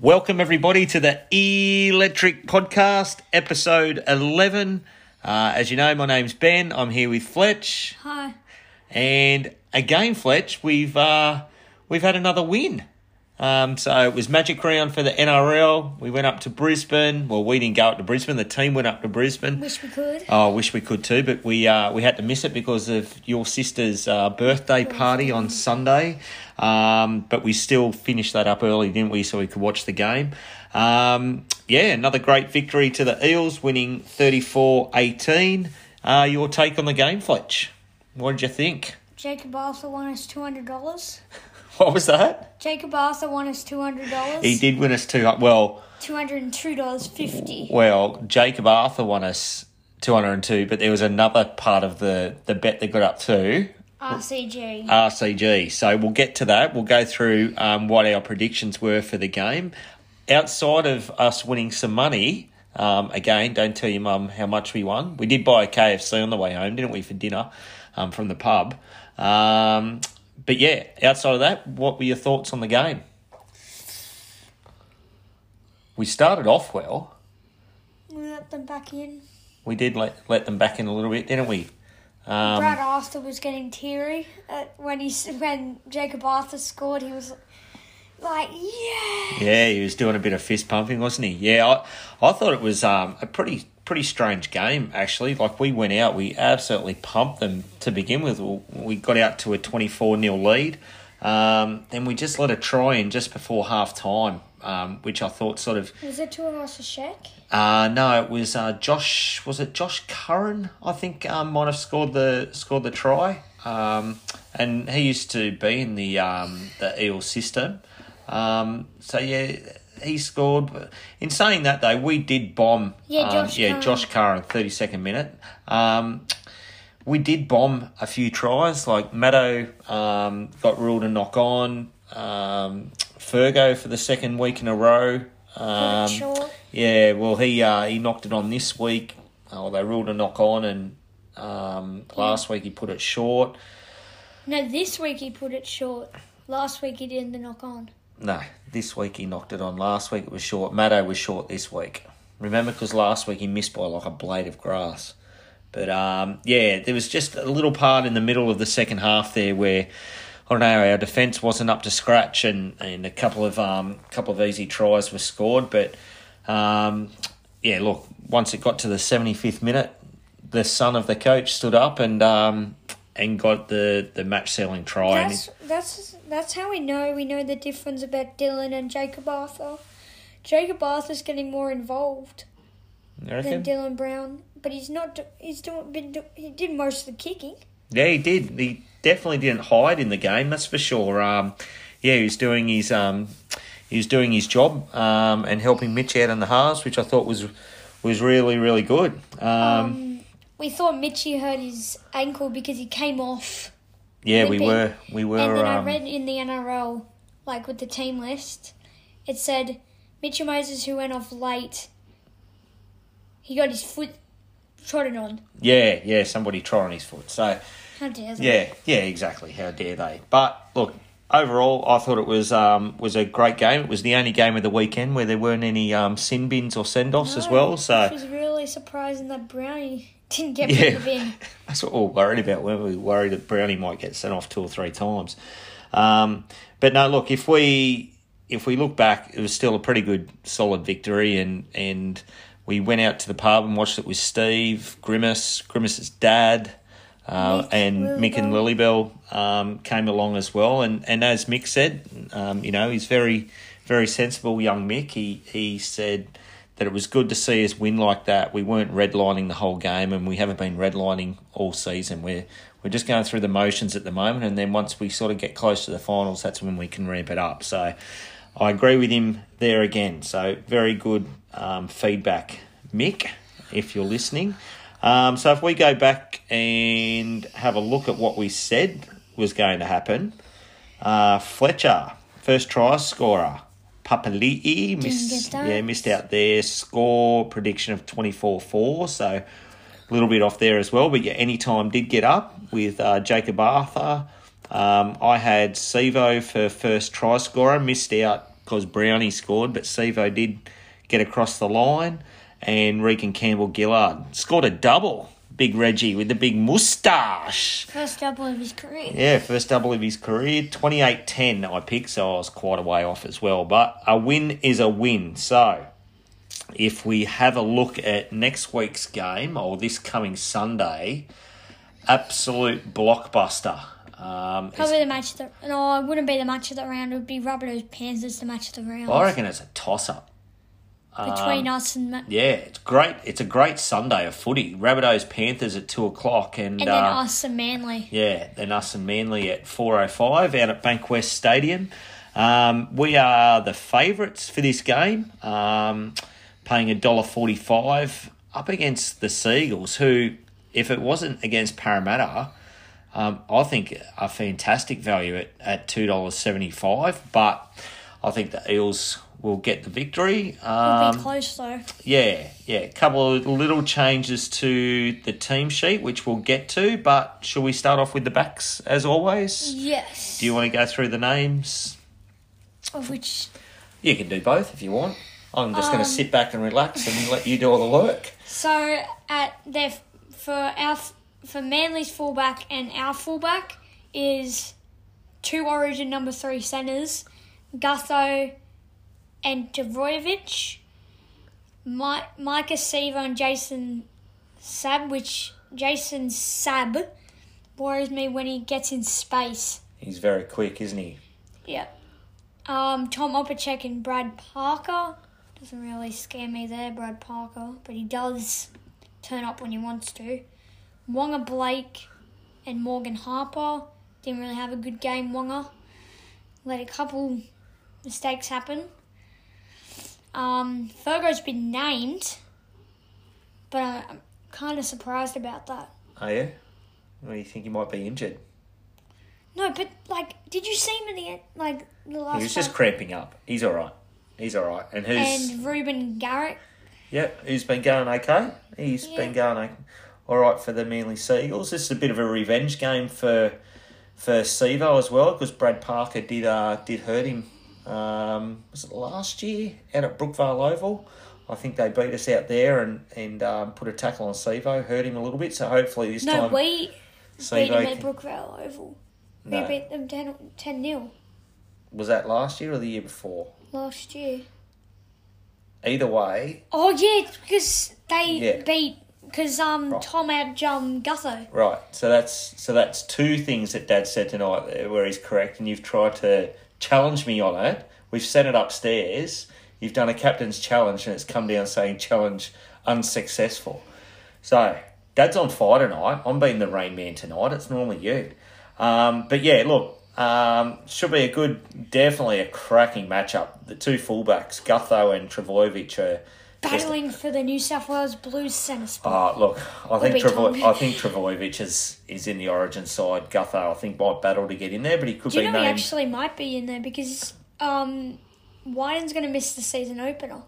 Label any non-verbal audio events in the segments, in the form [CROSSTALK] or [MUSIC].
Welcome, everybody, to the Electric Podcast, episode 11. Uh, as you know, my name's Ben. I'm here with Fletch. Hi. And again, Fletch, we've uh, we've had another win. Um, so it was Magic Round for the NRL. We went up to Brisbane. Well, we didn't go up to Brisbane. The team went up to Brisbane. Wish we could. Oh, I wish we could too, but we uh, we had to miss it because of your sister's uh, birthday party on Sunday. Um, but we still finished that up early, didn't we? So we could watch the game. Um, yeah, another great victory to the Eels, winning 34 18. Uh, your take on the game, Fletch? What did you think? [LAUGHS] Jacob also won us two hundred dollars. What was that? Jacob also won us two hundred dollars. He did win us two. Well, Two hundred and two dollars fifty. well, Jacob Arthur won us 202, but there was another part of the, the bet that got up to Uh, RCG. RCG. So we'll get to that. We'll go through um, what our predictions were for the game. Outside of us winning some money, um, again, don't tell your mum how much we won. We did buy a KFC on the way home, didn't we, for dinner um, from the pub? Um, but yeah, outside of that, what were your thoughts on the game? We started off well. we let them back in. We did let, let them back in a little bit, didn't we? um, Brad Arthur was getting teary at, when he s- when Jacob Arthur scored. He was like, yeah. Yeah, he was doing a bit of fist pumping, wasn't he? Yeah, I, I thought it was um, a pretty pretty strange game actually. Like we went out, we absolutely pumped them to begin with. We got out to a twenty four 0 lead, um, then we just let a try in just before half time, um, which I thought sort of Was it two of us a check? uh, no, it was uh, Josh. Was it Josh Curran? I think um, might have scored the scored the try. Um, and he used to be in the um, the Eel system. Um, so yeah, he scored. But In saying that, though, we did bomb. Yeah, um, Josh yeah, Curran. Josh Curran, thirty second minute. Um, we did bomb a few tries. Like Maddo um, got ruled a knock on. Um, Fergo for the second week in a row. Um, short. yeah, well, he uh, he knocked it on this week. Oh, they ruled a knock on, and um, last week he put it short. No, this week he put it short. Last week he did the knock on. No, this week he knocked it on. Last week it was short. Maddo was short this week. Remember, because last week he missed by like a blade of grass. But um, yeah, there was just a little part in the middle of the second half there where I don't know our defence wasn't up to scratch, and, and a couple of um couple of easy tries were scored. But um, yeah, look, once it got to the seventy fifth minute, the son of the coach stood up and um, and got the the match selling try. and That's that's that's how we know we know the difference about Dylan and Jacob Arthur. Jacob Arthur's getting more involved You reckon? than Dylan Brown, but he's not. do- He's doing. Been do, he did most of the kicking. Yeah, he did. He definitely didn't hide in the game. That's for sure. Um, yeah, he was doing his um, he was doing his job um, and helping Mitch out in the halves, which I thought was was really really good. Um, We thought Mitchie hurt his ankle because he came off, yeah, we limping. were we and were then I um, read in the NRL, like with the team list, it said Mitchell Moses who went off late. He got his foot trodden on. yeah yeah somebody trod on his foot. So How dare they? yeah yeah exactly. How dare they? But look. Overall, I thought it was um, was a great game. It was the only game of the weekend where there weren't any um, sin bins or send offs as No, well. So [LAUGHS] which was Oh, really surprising that Brownie didn't get Yeah. rid of him. That's what we were worried about, weren't we? We were Worried that Brownie might get sent off two or three times. Um, but no, look, if we if we look back, it was still a pretty good, solid victory, and and we went out to the pub and watched it with Steve Grimace, Grimace's dad, uh, Mick and Mick and Lilybell um, came along as well. And and as Mick said, um, you know, he's very very sensible young Mick. He he said that it was good to see us win like that. We weren't redlining the whole game, and we haven't been redlining all season. We're we're just going through the motions at the moment, and then once we sort of get close to the finals, that's when we can ramp it up. So, I agree with him there again. So, very good um, feedback, Mick, if you're listening. Um, so, if we go back and have a look at what we said was going to happen, uh, Fletcher, first try scorer. Papali'i, miss, get that. yeah, missed out there. Score prediction of 24 4. So a little bit off there as well. But yeah, any time did get up with uh, Jacob Arthur. Um, I had Sevo for first try scorer, missed out because Brownie scored, but Sevo did get across the line, and Regan Campbell Gillard scored a double. Big Reggie with the big moustache. First double of his career. Yeah, first double of his career, 28-10 I picked, so I was quite a way off as well. But a win is a win. So if we have a look at next week's game, or this coming Sunday, absolute blockbuster. Um, it's- Probably the match of the no, it wouldn't be the match of the round. It would be Roberto's Panthers the match of the round I reckon um, it's a toss-up. between us and Ma- Yeah, it's great. It's a great Sunday of footy. Rabbitohs Panthers at two o'clock, and, and uh, then us and Manly. Yeah, then us and Manly at 4.05 out at Bankwest Stadium. Um, we are the favourites for this game, um, paying $1.45 up against the Seagulls, who, if it wasn't against Parramatta, um, I think a fantastic value at, at $2.75. But I think the Eels will get the victory. Um, It'll be close though. yeah, yeah. A couple of little changes to the team sheet, which we'll get to, but shall we start off with the backs as always? Yes. Do you want to go through the names? of which You can do both if you want. I'm just going to sit back and relax and let you do all the work. so at their for our f- for Manly's fullback and our fullback is two Origin number three centers, Gutho and Dvojevic, Mi- Micah Seaver and Jason Sab, which Jason Sab worries me when he gets in space. He's very quick, isn't he? Yeah. Um, Tom Opacek and Brad Parker. Doesn't really scare me there, Brad Parker, but he does turn up when he wants to. Wonga Blake and Morgan Harper. Didn't really have a good game, Wonga. Let a couple mistakes happen. Um, Fergo's been named, but I- I'm kind of surprised about that. Are you? Well, you think he might be injured? No, but like, did you see him in the end? Like the last. He was just one? cramping up. He's all right. He's all right. And who's and Ruben Garrett Yep, who's been going okay. He's been going okay. all right for the Manly Seagulls. This is a bit of a revenge game for for Sevo as well because Brad Parker did uh, did hurt him. Um, was it last year out at Brookvale Oval? I think they beat us out there and and um, put a tackle on Sevo, hurt him a little bit. So hopefully this No, time we beat Sevo them at can- Brookvale Oval. No. We beat them 10 10 0 was that last year or the year before. last year. Either way, Oh, yeah, because they Yeah. beat. Because um, Right. Tom had um, Gutho. Right. So that's so that's two things that Dad said tonight there where he's correct, and you've tried to challenge me on it. We've sent it upstairs. You've done a captain's challenge, and it's come down saying challenge unsuccessful. So Dad's on fire tonight. I'm being the rain man tonight. It's normally you. Um, but yeah, look, um, should be a good, definitely a cracking matchup. The two fullbacks, Gutho and Travojevic, are just Battling for the New South Wales Blues centre spot. Oh, look, I think be Travo- Tom. I think Travojevic is is in the Origin side. Gutho, I think, might battle to get in there, but he could Do you be know he named. actually might be in there? Because um, Wyden's going to miss the season opener.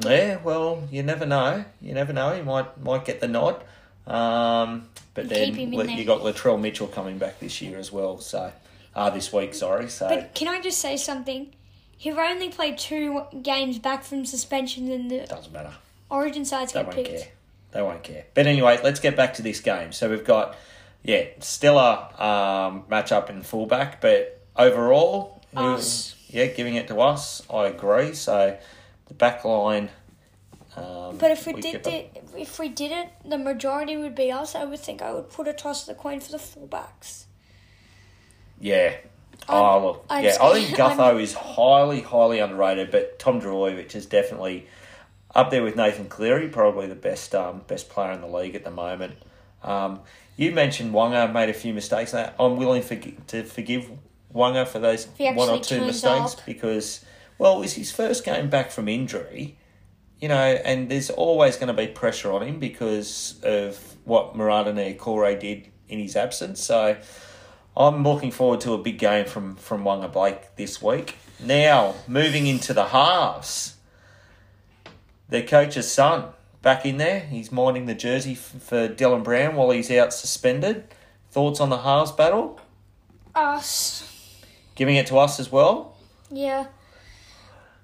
Yeah, well, you never know. You never know. He might might get the nod. Um, but then Keep him in Le- there. you got Latrell Mitchell coming back this year as well. So, uh, this week, sorry. So But can I just say something? He only played two games back from suspension, and the doesn't matter. Origin sides They get won't picked. care. They won't care. But anyway, let's get back to this game. So we've got yeah, stellar um, matchup in fullback, but overall, who- Us. yeah, giving it to us. I agree. So the back line. Um, But if we, we did give it, if we did it, the majority would be us. I would think I would put a toss of the coin for the fullbacks. yeah. I'm- oh look, [LAUGHS] I'm yeah. I think scared. Gutho is highly, highly underrated, but Tom Drojevic is definitely up there with Nathan Cleary, probably the best, um, best player in the league at the moment. Um, you mentioned Wonga made a few mistakes. I- I'm willing forg to forgive Wonga for those he one or actually two turns mistakes up. because, well, it was his first game back from injury, you know, and there's always going to be pressure on him because of what Murata Niokore did in his absence. So I'm looking forward to a big game from, from Wonga Blake this week. Now, moving into the halves their coach's son back in there. He's minding the jersey f- for Dylan Brown while he's out suspended. Thoughts on the halves battle? Us, Giving it to us as well. yeah.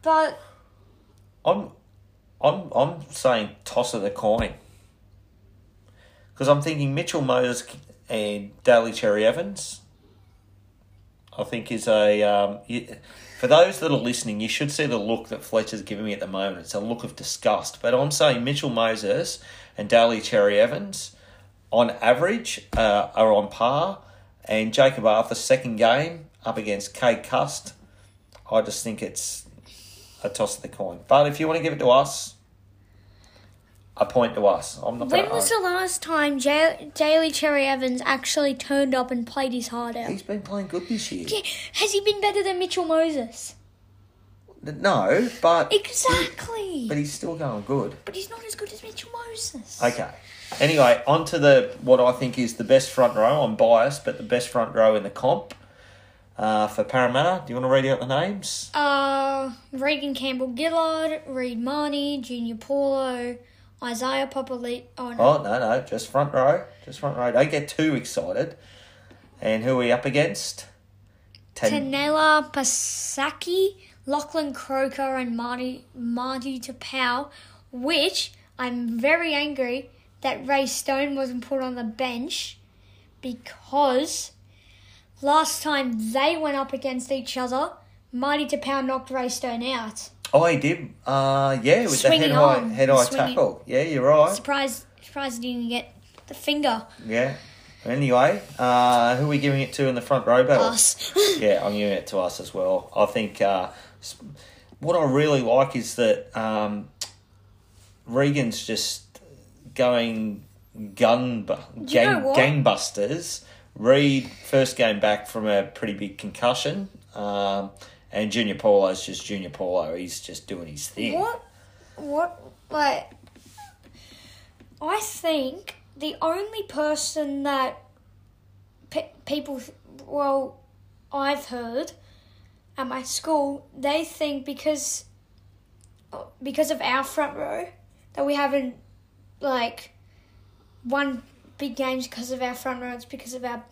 But I'm, I'm, I'm saying toss of the coin. Because I'm thinking Mitchell Moses and Daly Cherry Evans. I think is a um, you, for those that are listening, you should see the look that Fletcher's giving me at the moment. It's a look of disgust. But I'm saying Mitchell Moses and Daly Cherry Evans, on average, uh, are on par. And Jacob Arthur's second game up against Kay Cust, I just think it's a toss of the coin. But if you want to give it to us, a point to us. I'm not. when gonna was own- the last time J- Daly Cherry Evans actually turned up and played his heart out? He's been playing good this year. Yeah, Has he been better than Mitchell Moses? No, but Exactly. but he's still going good. But he's not as good as Mitchell Moses. Okay. Anyway, on to the what I think is the best front row. I'm biased, but the best front row in the comp uh, for Parramatta. Do you want to read out the names? Uh, Regan Campbell Gillard, Reed Marnie, Junior Paulo, Isaiah Papali. Oh, no. Oh no, no, just front row, just front row. Don't get too excited. And who are we up against? Ten- Tanela Pasaki, Lachlan Croker, and Marty Marty Tapau, which I'm very angry that Ray Stone wasn't put on the bench because last time they went up against each other, Marty Tapau knocked Ray Stone out. oh, he did. Uh, yeah, with the head Swinging high, on, head high swinging. tackle. Yeah, you're right. Surprised, surprised he didn't get the finger. Yeah. Anyway, uh, who are we giving it to in the front row battle? Us. [LAUGHS] yeah, I'm giving it to us as well. I think uh, s- what I really like is that um, Regan's just going gun bu- you know gang, what? gangbusters. Reed first game back from a pretty big concussion, um, and Junior Paulo's just Junior Paulo. He's just doing his thing. What? What? Like, I think the only person that pe- people, th- well, I've heard at my school, they think because because of our front row that we haven't like won big games because of our front row. It's because of our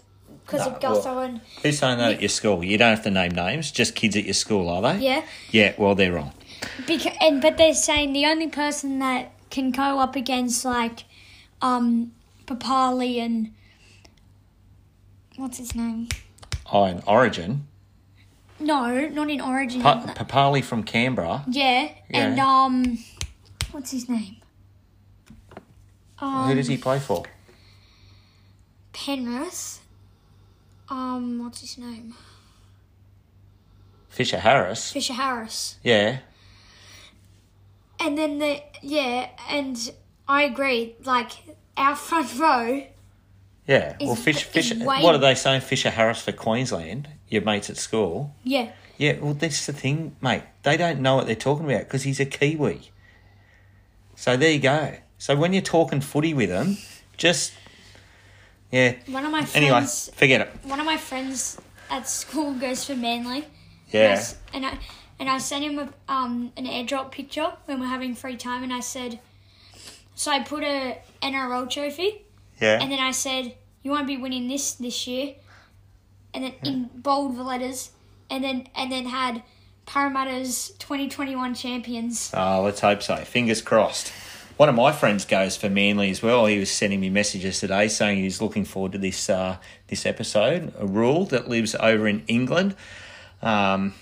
because of No, well- Gutho and Who's saying that at your school? You don't have to name names. Just kids at your school, are they? yeah. Yeah. Well, they're wrong. Because, and but they're saying the only person that can go up against like um Papali and what's his name? Oh, in Origin. No, not in Origin. Pa- Papali from Canberra. yeah, and Yeah. um, what's his name? Who Um, does he play for? Penrith. Um, what's his name? Fisher Harris. Fisher Harris. Yeah. And then the yeah, and I agree. Like our [LAUGHS] front row. Yeah. well, Is- Fish, is Fisher. Wayne- What are they saying? Fisher Harris for Queensland. Your mates at school. Yeah. Yeah. Well, that's the thing, mate. They don't know what they're talking about because he's a Kiwi. So there you go. So when you're talking footy with them, just yeah. One of my Anyway, friends forget it. one of my friends at school goes for Manly. And I, Yeah. s- and I and I sent him a, um, an airdrop picture when we're having free time, and I said, so I put a NRL trophy, Yeah. and then I said, you won't be winning this this year, and then in Hmm. bold letters, and then and then had Parramatta's 2021 champions. Ah, let's hope so. Fingers crossed. One of my friends goes for Manly as well. He was sending me messages today saying he's looking forward to this uh, this episode. A rule that lives over in England. Um,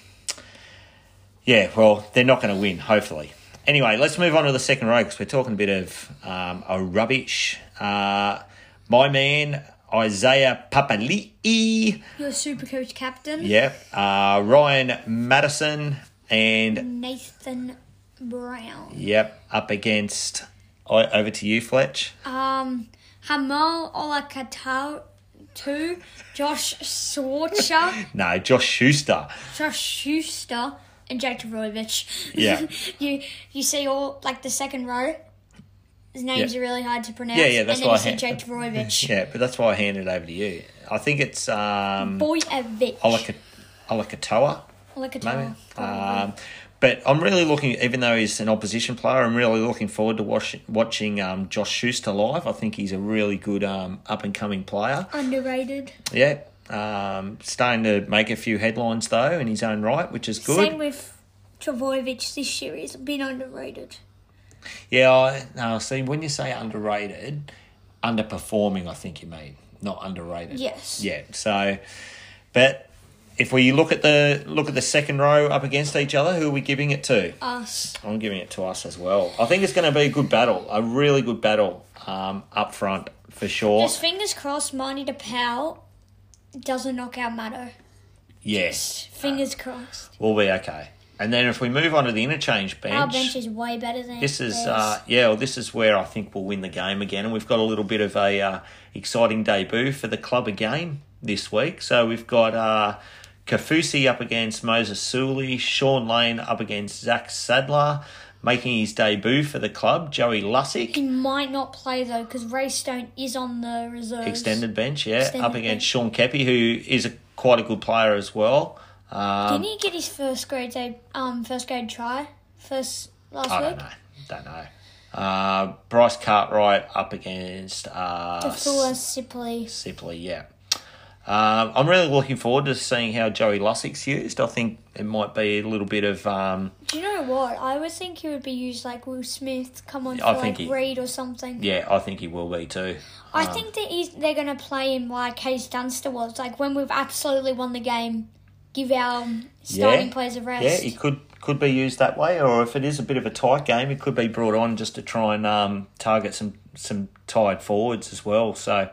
yeah, well, they're not going to win, hopefully. Anyway, let's move on to the second row because we're talking a bit of um, a rubbish. Uh, my man Isaiah Papali'i. Your super coach captain, Yep. Uh, Ryan Madison and Nathan Brown. Yep, up against. I, over to you, Fletch. Um, Hamal Olakatau, two, Josh Swartzer. No, Josh Schuster. Josh Schuster and Jake Tavrovich. Yeah. [LAUGHS] you you see all like the second row. His names Yeah. are really hard to pronounce. Yeah, yeah, that's and then why you see I- Jake Tavrovich. Yeah, but that's why I handed over to you. I think it's um, Boyevich. Olaka- Olakatoa, maybe. Olakatoa. Um, but I'm really looking, even though he's an opposition player, I'm really looking forward to watch, watching um, Josh Schuster live. I think he's a really good um, up and coming player. Underrated. Yeah. Um, starting to make a few headlines though in his own right, which is good. Same with Travojevic this year has been underrated. Yeah, I, no, see, when you say underrated, underperforming, I think you mean, not underrated. Yes. Yeah. So, but if we look at the look at the second row up against each other, who are we giving it to? Us. I'm giving it to us as well. I think it's going to be a good battle, a really good battle um, up front for sure. Just fingers crossed Marnie de Powell doesn't knock out Matto. yes, Fingers crossed. we'll be okay. And then if we move on to the interchange bench, Our bench is way better than this is theirs. uh, yeah, well, this is where I think we'll win the game again. And we've got a little bit of a uh, exciting debut for the club again this week. So we've got uh, Kafusi up against Moses Suli, Sean Lane up against Zach Sadler, making his debut for the club. Joey Lussick. He might not play though because Raystone is on the reserves. extended bench, yeah, Extended up against bench. Sean Kepi, who is a quite a good player as well. Didn't Um, he get his first grade day, um first grade try first last I week? don't know, don't know. Uh, Bryce Cartwright up against uh, The fuller Sipley. Sipley, yeah. Um, I'm really looking forward to seeing how Joey Lussick's used. I think it might be a little bit of um, Do you know what? I always think he would be used like Will Smith, come on for I like think he- Reed or something. yeah. I think he will be too. I think that he's, they're gonna play him like Hayes Dunster was, like when we've absolutely won the game, give our um, starting yeah. players a rest. Yeah, he could could be used that way, or if it is a bit of a tight game, it could be brought on just to try and um, target some some tired forwards as well. So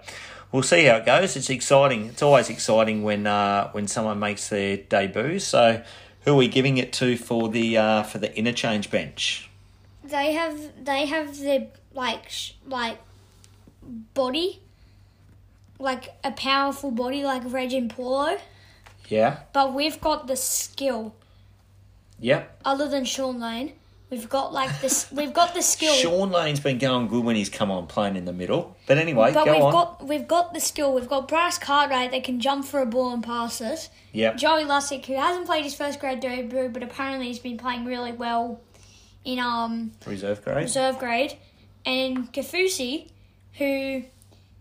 we'll see how it goes. It's exciting. It's always exciting when uh, when someone makes their debut. So who are we giving it to for the uh, for the interchange bench? They have they have their like sh- like body, like a powerful body like Reg and Paulo, Yeah. but we've got the skill. Yep. Other than Sean Lane, we've got like this. We've [LAUGHS] got the skill. Sean Lane's been going good when he's come on playing in the middle. But anyway, But go we've on. got we've got the skill. We've got Bryce Cartwright that can jump for a ball and pass it. yep. Joey Lussick, who hasn't played his first grade debut, but apparently he's been playing really well in um Reserve grade. reserve grade, and Kafusi, who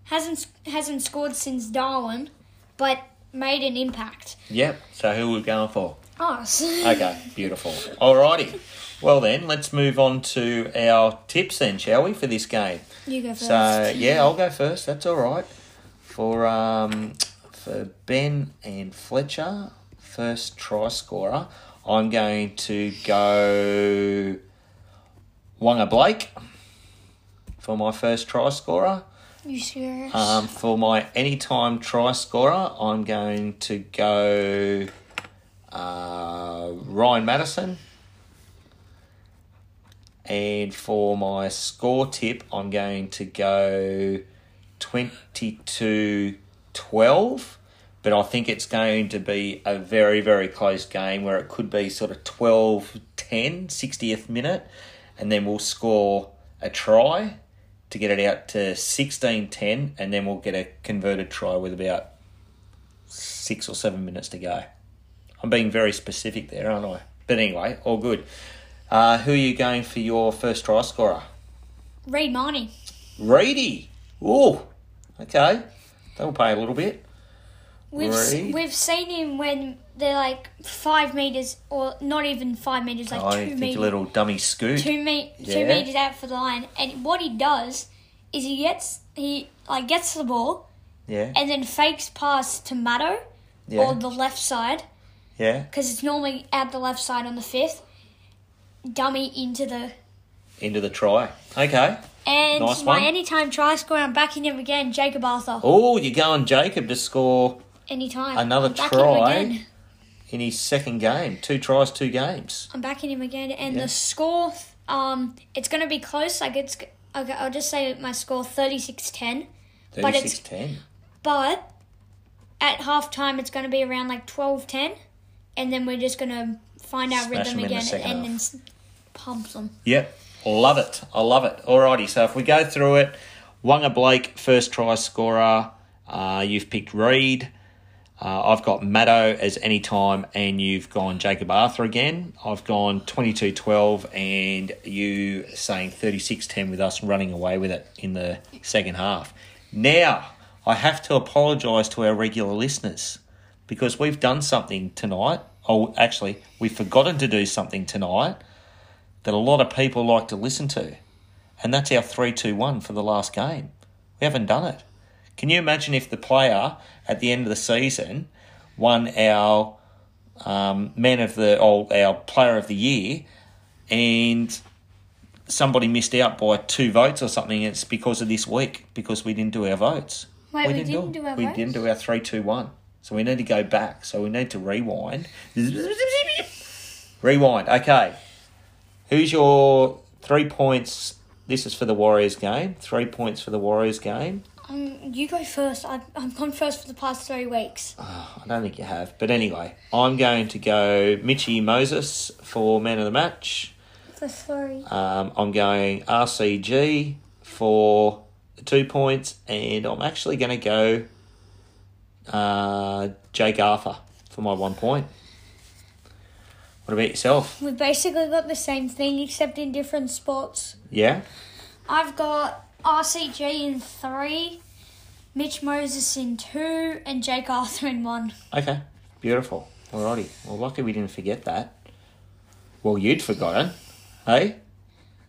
hasn't hasn't scored since Darwin, but made an impact. Oh, Yep. So who are we going for? Us. Okay, beautiful. Alrighty. Well then, let's move on to our tips then, shall we, for this game? [LAUGHS] You go first. So yeah, I'll go first. That's all right. For um, for Ben and Fletcher, first try scorer, I'm going to go Wonga Blake for my first try scorer. you serious? Um, for my anytime try scorer, I'm going to go uh, Ryan Madison. And for my score tip, I'm going to go 22 12. But I think it's going to be a very, very close game where it could be sort of 12 10, 60th minute. And then we'll score a try to get it out to 16 10. And then we'll get a converted try with about six or seven minutes to go. I'm being very specific there, aren't I? But anyway, all good. Uh, who are you going for your first try scorer? Reed Marnie. Reedy. Oh, okay. They'll pay a little bit. We've s- Reed. we've seen him when they're like five meters or not even five meters, like I two think meters. a little dummy scoot. two me- Yeah. two meters out for the line, and what he does is he gets he like gets the ball Yeah, and then fakes pass to Matto yeah, or the left side yeah. because it's normally out the left side on the fifth, dummy into the Into the try. Okay. and Nice my one. anytime try scorer. I'm backing him again, Jacob Arthur. Oh, you're going Jacob to score Anytime Another I'm backing him try. again. in his second game. Two tries, two games. I'm backing him again, and Yeah. the score. Um, it's gonna be close. Like it's. Okay, I'll just say my score 36-10. But it's- 36 10. But at halftime, it's going to be around like 12 10. And then we're just going to find our Smash rhythm them in the again second and half. then s- pump them. Yep. Love it. I love it. Alrighty, so if we go through it, Wonga Blake, first try scorer. Uh, you've picked Reed. Uh, I've got Maddo as any time, and you've gone Jacob Arthur again. I've gone 22 12, and you saying 36 10 with us running away with it in the second half. Now, I have to apologise to our regular listeners because we've done something tonight. oh, actually, we've forgotten to do something tonight that a lot of people like to listen to. And that's our 3 2 1 for the last game. We haven't done it. Can you imagine if the player at the end of the season won our um, man of the, or our player of the year, and somebody missed out by two votes or something? It's because of this week, because we didn't do our votes. Wait, we didn't it. do our We votes? didn't do our 3 2 1. So we need to go back. So we need to rewind. rewind. Okay. Who's your three points? This is for the Warriors game. Three points for the Warriors game. Um, you go first. I've, I've gone first for the past three weeks. I don't think you have. But anyway, I'm going to go Mitchy Moses for man of the match. For three. Um, I'm going RCG for the two points. And I'm actually going to go uh, Jake Arthur for my one point. What about yourself? We've basically got the same thing except in different spots. Yeah? I've got RCG in three, Mitch Moses in two, and Jake Arthur in one. Okay, beautiful. Alrighty. Well, lucky we didn't forget that. Well, you'd forgotten, hey?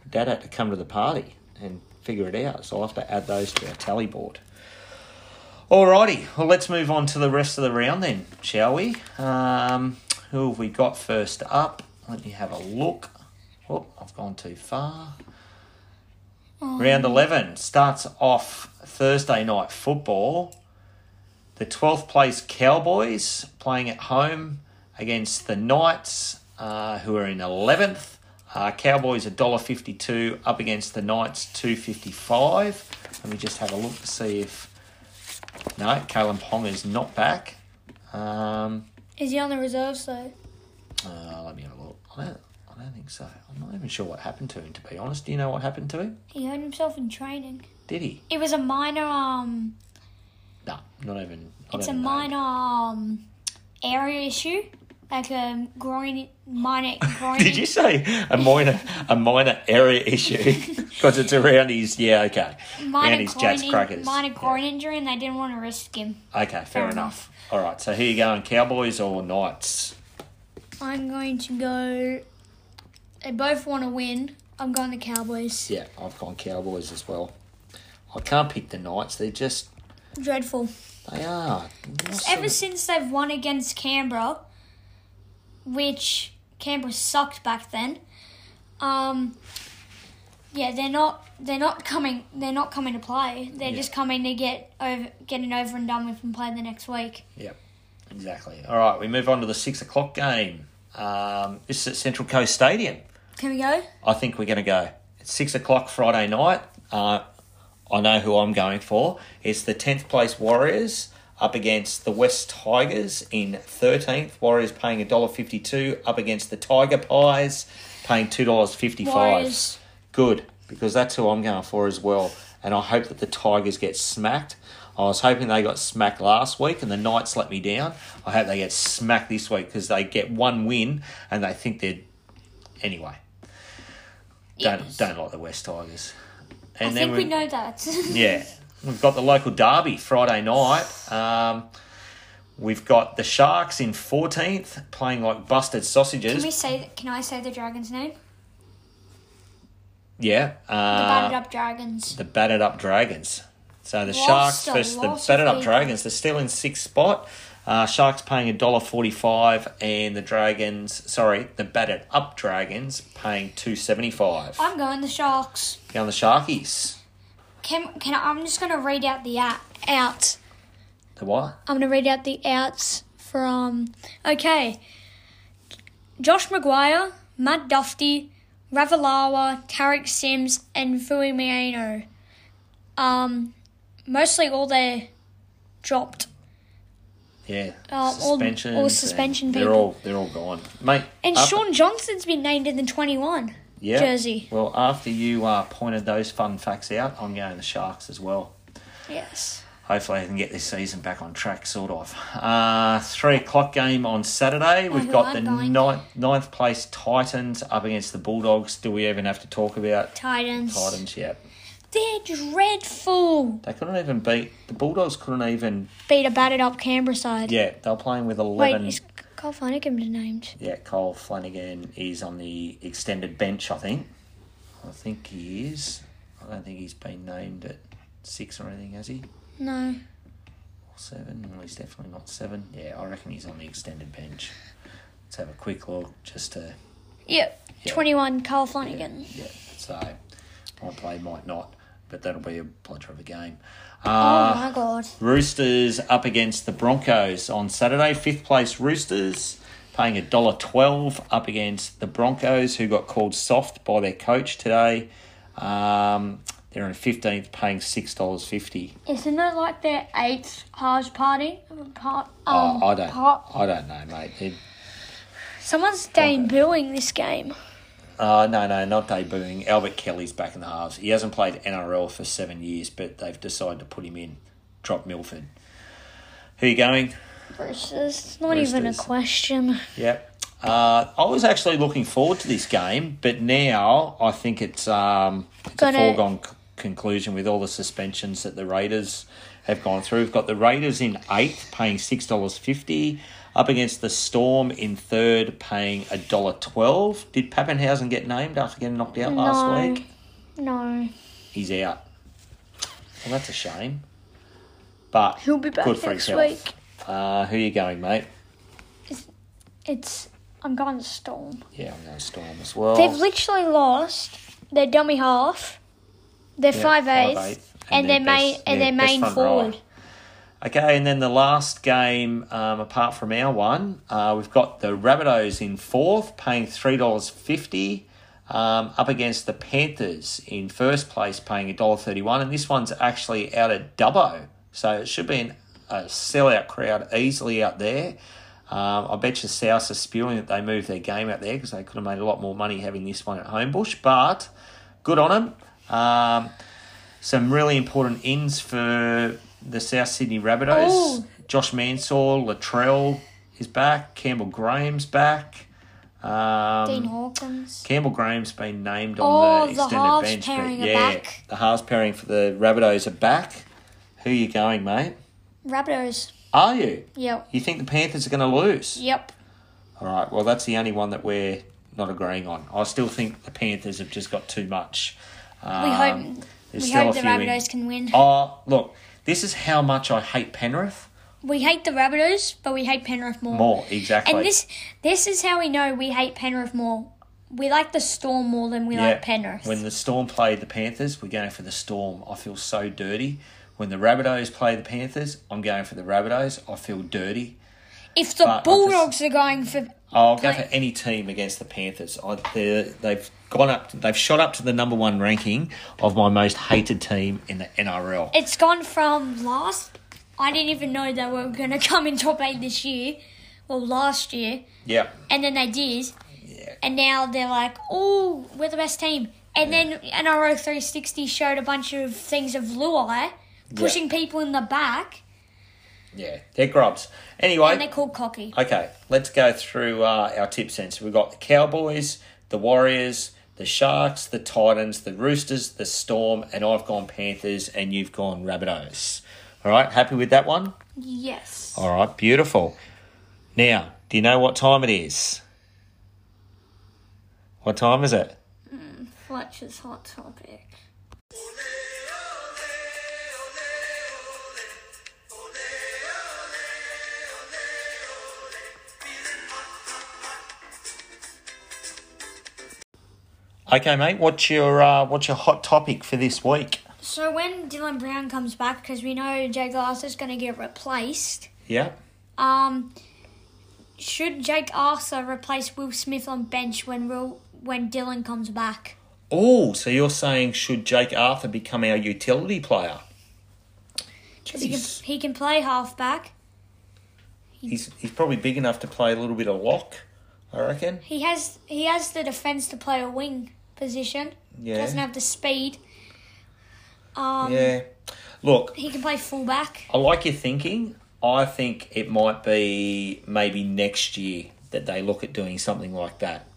Dad had to come to the party and figure it out, so I'll have to add those to our tally board. Alrighty, well, let's move on to the rest of the round then, shall we? Um, who have we got first up? Let me have a look. Oh, I've gone too far. Round 11 starts off Thursday night football the 12th place Cowboys playing at home against the Knights, uh, who are in 11th. Uh, Cowboys $1.52 up against the Knights $2.55. Let me just have a look to see if. No, Kalen Pong is not back. Um, Is he on the reserves though? uh, let me have a look. I don't, I don't think so. I'm not even sure what happened to him, to be honest. Do you know what happened to him? He hurt himself in training. Did he? It was a minor um No, not even. Not it's a even know. minor um area issue. Like a groin [LAUGHS] minor groin Did you say a minor a minor area [LAUGHS] issue? Because it's around his yeah okay around minor his groin, Jats in- crackers. minor groin injury and they didn't want to risk him. Yeah. Okay, fair, Fair enough. All right, so here you go on Cowboys or Knights. I'm going to go they both want to win. I'm going the Cowboys. Yeah, I've gone Cowboys as well. I can't pick the Knights. They're just Dreadful. they are. Ever since they've won against Canberra, which Canberra sucked back then, um, yeah, they're not they're not coming they're not coming to play. They're Yeah. just coming to get over get it over and done with and play the next week. Yep, exactly. All right, we move on to the six o'clock game. Um, this is at Central Coast Stadium. Can we go? I think we're going to go. It's six o'clock Friday night. Uh, I know who I'm going for. It's the 10th place Warriors up against the West Tigers in 13th. Warriors paying $1.52 up against the Tiger Pies paying $2.55. Warriors. Good, because that's who I'm going for as well. And I hope that the Tigers get smacked. I was hoping they got smacked last week and the Knights let me down. I hope they get smacked this week because they get one win and they think they're. Anyway, don't Yes. don't like the West Tigers. And I think we, know that. [LAUGHS] yeah, we've got the local derby Friday night. Um, we've got the Sharks in fourteenth playing like busted can sausages. we say? Can I say the Dragons' name? yeah, The uh, battered up Dragons. the battered up Dragons. So the Lost Sharks a versus the lot of battered up people. Dragons. They're still in sixth spot. Uh, Sharks paying a dollar forty-five, and the Dragons, sorry, the battered up Dragons paying two seventy-five. I'm going the Sharks. Down the Sharkies. Can can I, I'm just going to read out the out out. The what? I'm going to read out the outs from. Okay. Josh Maguire, Matt Duffy, Ravalawa, Tarek Sims, and Fui Miano. Um, mostly all they dropped. Yeah, Uh, all- suspension. all suspension They're people. all they're all gone, mate. And after- Sean Johnson's been named in the 21 yeah. jersey. Well, after you uh, pointed those fun facts out, I'm going the Sharks as well. Yes. Hopefully, I can get this season back on track, sort of. Uh, three o'clock game on Saturday. We've who got the I'm going. ninth, ninth place Titans up against the Bulldogs. Do we even have to talk about Titans. Titans yet? They're dreadful. They couldn't even beat the Bulldogs. Couldn't even. Beat a battered up Canberra side. Yeah, they were playing with Wait, eleven. is Cole Flanagan been named. Yeah, Cole Flanagan is on the extended bench, I think. I think he is. I don't think he's been named at six or anything, has he? No. Or seven? Well, he's definitely not seven. Yeah, I reckon he's on the extended bench. Let's have a quick look just to. Yep. Yeah. 21, Cole Yeah, Flanagan. yeah. so might play, might not, but that'll be a bludger of a game. oh Uh, my god. Roosters up against the Broncos on Saturday. Fifth place Roosters paying a dollar twelve up against the Broncos, who got called soft by their coach today. Um, they're in fifteenth, paying six dollars fifty. Isn't it like their eighth Hajj party? Part, Oh, um, I don't, Part, I don't know, mate. It, someone's debuting this game. uh, no, no, not debuting. Albert Kelly's back in the halves. He hasn't played NRL for seven years, but they've decided to put him in. Drop Milford. Who you going? Roosters. It's not even a Roosters. question. Yeah. Uh, I was actually looking forward to this game, but now I think it's, um, it's a Gonna- foregone c- conclusion with all the suspensions that the Raiders have gone through. We've got the Raiders in eighth, paying six dollars fifty, up against the Storm in third, paying a dollar twelve. Did Pappenhausen get named after getting knocked out last no. week? No. He's out. Well, that's a shame. But He'll be back good for next himself. week. Uh, who are you going, mate? It's. I'm going to Storm. Yeah, I'm going Storm as well. They've literally lost their dummy half, their Yeah, five eighth, five eight, and, their their main best- and yeah, their best main front forward. rower. Okay, and then the last game, um, apart from our one, uh, we've got the Rabbitohs in fourth, paying three dollars fifty, um, up against the Panthers in first place, paying $1.31. and this one's actually out at Dubbo, so it should be an, a sellout crowd easily out there. Um, I bet you South are spewing that they moved their game out there because they could have made a lot more money having this one at Homebush, but good on them. Um, some really important ins for the South Sydney Rabbitohs. Oh. Josh Mansell, Latrell is back. Campbell Graham's back. Um, Dean Hawkins. Campbell Graham's been named Oh, on the the extended halves bench. pairing but are yeah, back. the halves pairing for the Rabbitohs are back. Who are you going, mate? Rabbitohs. Are you? Yep. You think the Panthers are going to lose? Yep. All right. Well, that's the only one that we're not agreeing on. I still think the Panthers have just got too much. We Um, hope there's we still hope a the few in. Rabbitohs can win. Oh, look, this is how much I hate Penrith. We hate the Rabbitohs, but we hate Penrith more. More, exactly. And this this is how we know we hate Penrith more. We like the Storm more than we like Penrith. When the Storm played the Panthers, we're going for the Storm. I feel so dirty. When the Rabbitohs play the Panthers, I'm going for the Rabbitohs. I feel dirty. if the But I Bulldogs are going for I'll Oh, go Play- for any team against the Panthers. I, they're- they've gone up. They've shot up to the number one ranking of my most hated team in the NRL. it's gone from last I didn't even know they were gonna [LAUGHS] come in top eight this year. Well last year. Yep. And then they did. Yeah. And now they're like, Oh, we're the best team. And then NRO three sixty showed a bunch of things of Luai pushing people in the back Yeah. They're grubs. Anyway. and they're called cocky. Okay, let's go through uh, our tip sense. We've got the Cowboys, the Warriors, the Sharks, the Titans, the Roosters, the Storm, and I've gone Panthers, and you've gone Rabbitohs. All right, happy with that one? Yes. All right, beautiful. Now, do you know what time it is? What time is it? Fletcher's hot topic. Okay, mate. What's your uh, what's your hot topic for this week? So when Dylan Brown comes back, because we know Jake Arthur's going to get replaced, Yeah. um, should Jake Arthur replace Will Smith on bench when Will, when Dylan comes back? Oh, so you're saying should Jake Arthur become our utility player? 'Cause he can, Jeez. he can play halfback. He's he's probably big enough to play a little bit of lock, I reckon. He has he has the defense to play a wing position. Yeah. Doesn't have the speed. Um, yeah. Look, He can play fullback. I like your thinking. I think it might be maybe next year that they look at doing something like that.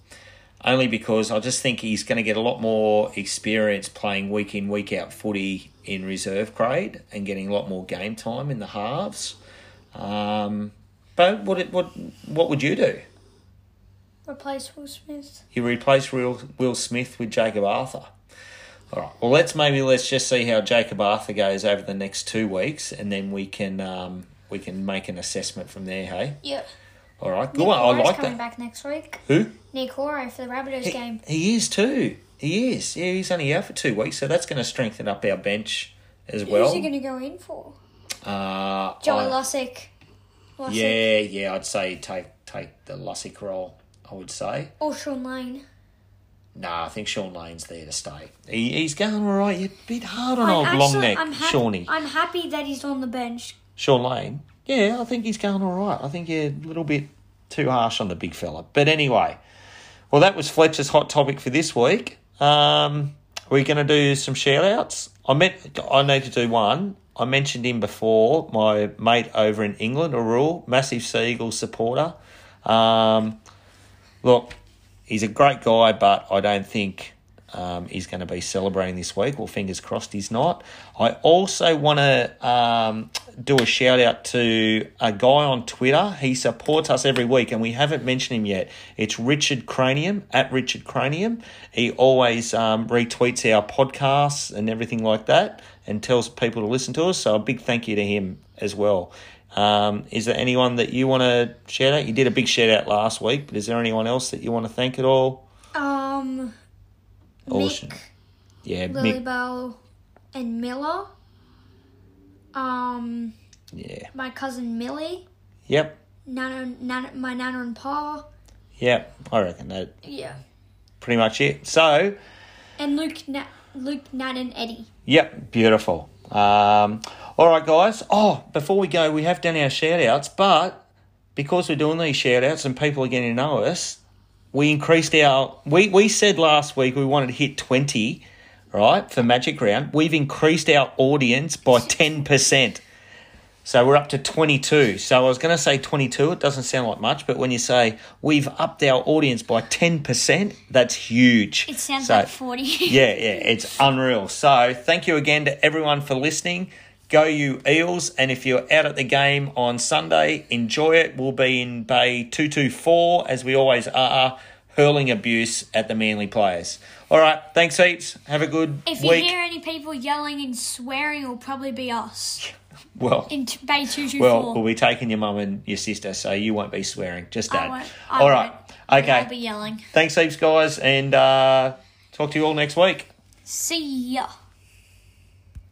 Only because I just think he's going to get a lot more experience playing week in, week out footy in reserve grade and getting a lot more game time in the halves. Um, But what it- what what would you do? Replace Will Smith. You replace Will, Will Smith with Jacob Arthur. All right. Well, let's maybe let's just see how Jacob Arthur goes over the next two weeks, and then we can um, we can make an assessment from there. Hey, Yep. all right, good one. I like coming that. back next week. Who? Nick Horo for the Rabbitohs game. He is too. He is. Yeah, he's only out for two weeks, so that's going to strengthen up our bench as well. Who's he going to go in for? uh, Joey I- Lussick. Lussick. Yeah, yeah, I'd say take take the Lussick role. I would say. Or Sean Lane. Nah, I think Sean Lane's there to stay. He, he's going all right. You're a bit hard on old I'm long actually- neck, I'm hap- Shawnee. I'm happy that he's on the bench. Sean Lane. Yeah, I think he's going all right. I think you're a little bit too harsh on the big fella. But anyway, well, that was Fletcher's hot topic for this week. Um, we're going to do some shout outs. I meant I need to do one. I mentioned him before, my mate over in England, Arul, massive Seagull supporter. Um, look, he's a great guy, but I don't think um, he's going to be celebrating this week. Well, fingers crossed he's not. I also want to um, do a shout out to a guy on Twitter. He supports us every week, and we haven't mentioned him yet. It's Richard Cranium at Richard Cranium. He always um, retweets our podcasts and everything like that, and tells people to listen to us. So a big thank you to him as well. Um, is there anyone that you want to shout out? You did a big shout out last week, but is there anyone else that you want to thank at all? Um, All Mick, should- Yeah, Lily Mick. Bell, and Miller. Um, Yeah. my cousin Millie, Yep. Nana, Nana, my Nana and Pa. Yep. I reckon that Yeah. pretty much it. So, And Luke, Na- Luke, Nan, and Eddie. Yep, beautiful. Um, all right, guys. Oh, before we go, we have done our shout outs, but because we're doing these shout outs and people are getting to know us, we increased our. We, we said last week we wanted to hit 20, right, for Magic Round. We've increased our audience by 10%. So we're up to 22. So I was going to say 22, it doesn't sound like much, but when you say we've upped our audience by 10%, that's huge. It sounds So- like [LAUGHS] 40. yeah, yeah, it's unreal. So thank you again to everyone for listening. Go you Eels, and if you're out at the game on Sunday, enjoy it. We'll be in Bay 224, as we always are, hurling abuse at the Manly players. All right, thanks heaps. Have a good If you week. hear any people yelling and swearing, it'll probably be us well, in t- Bay 224. well, we'll be taking your mum and your sister, so you won't be swearing, just I dad. won't. I All right, won't. okay. I'll be yelling. thanks heaps, guys, and uh, talk to you all next week. See ya.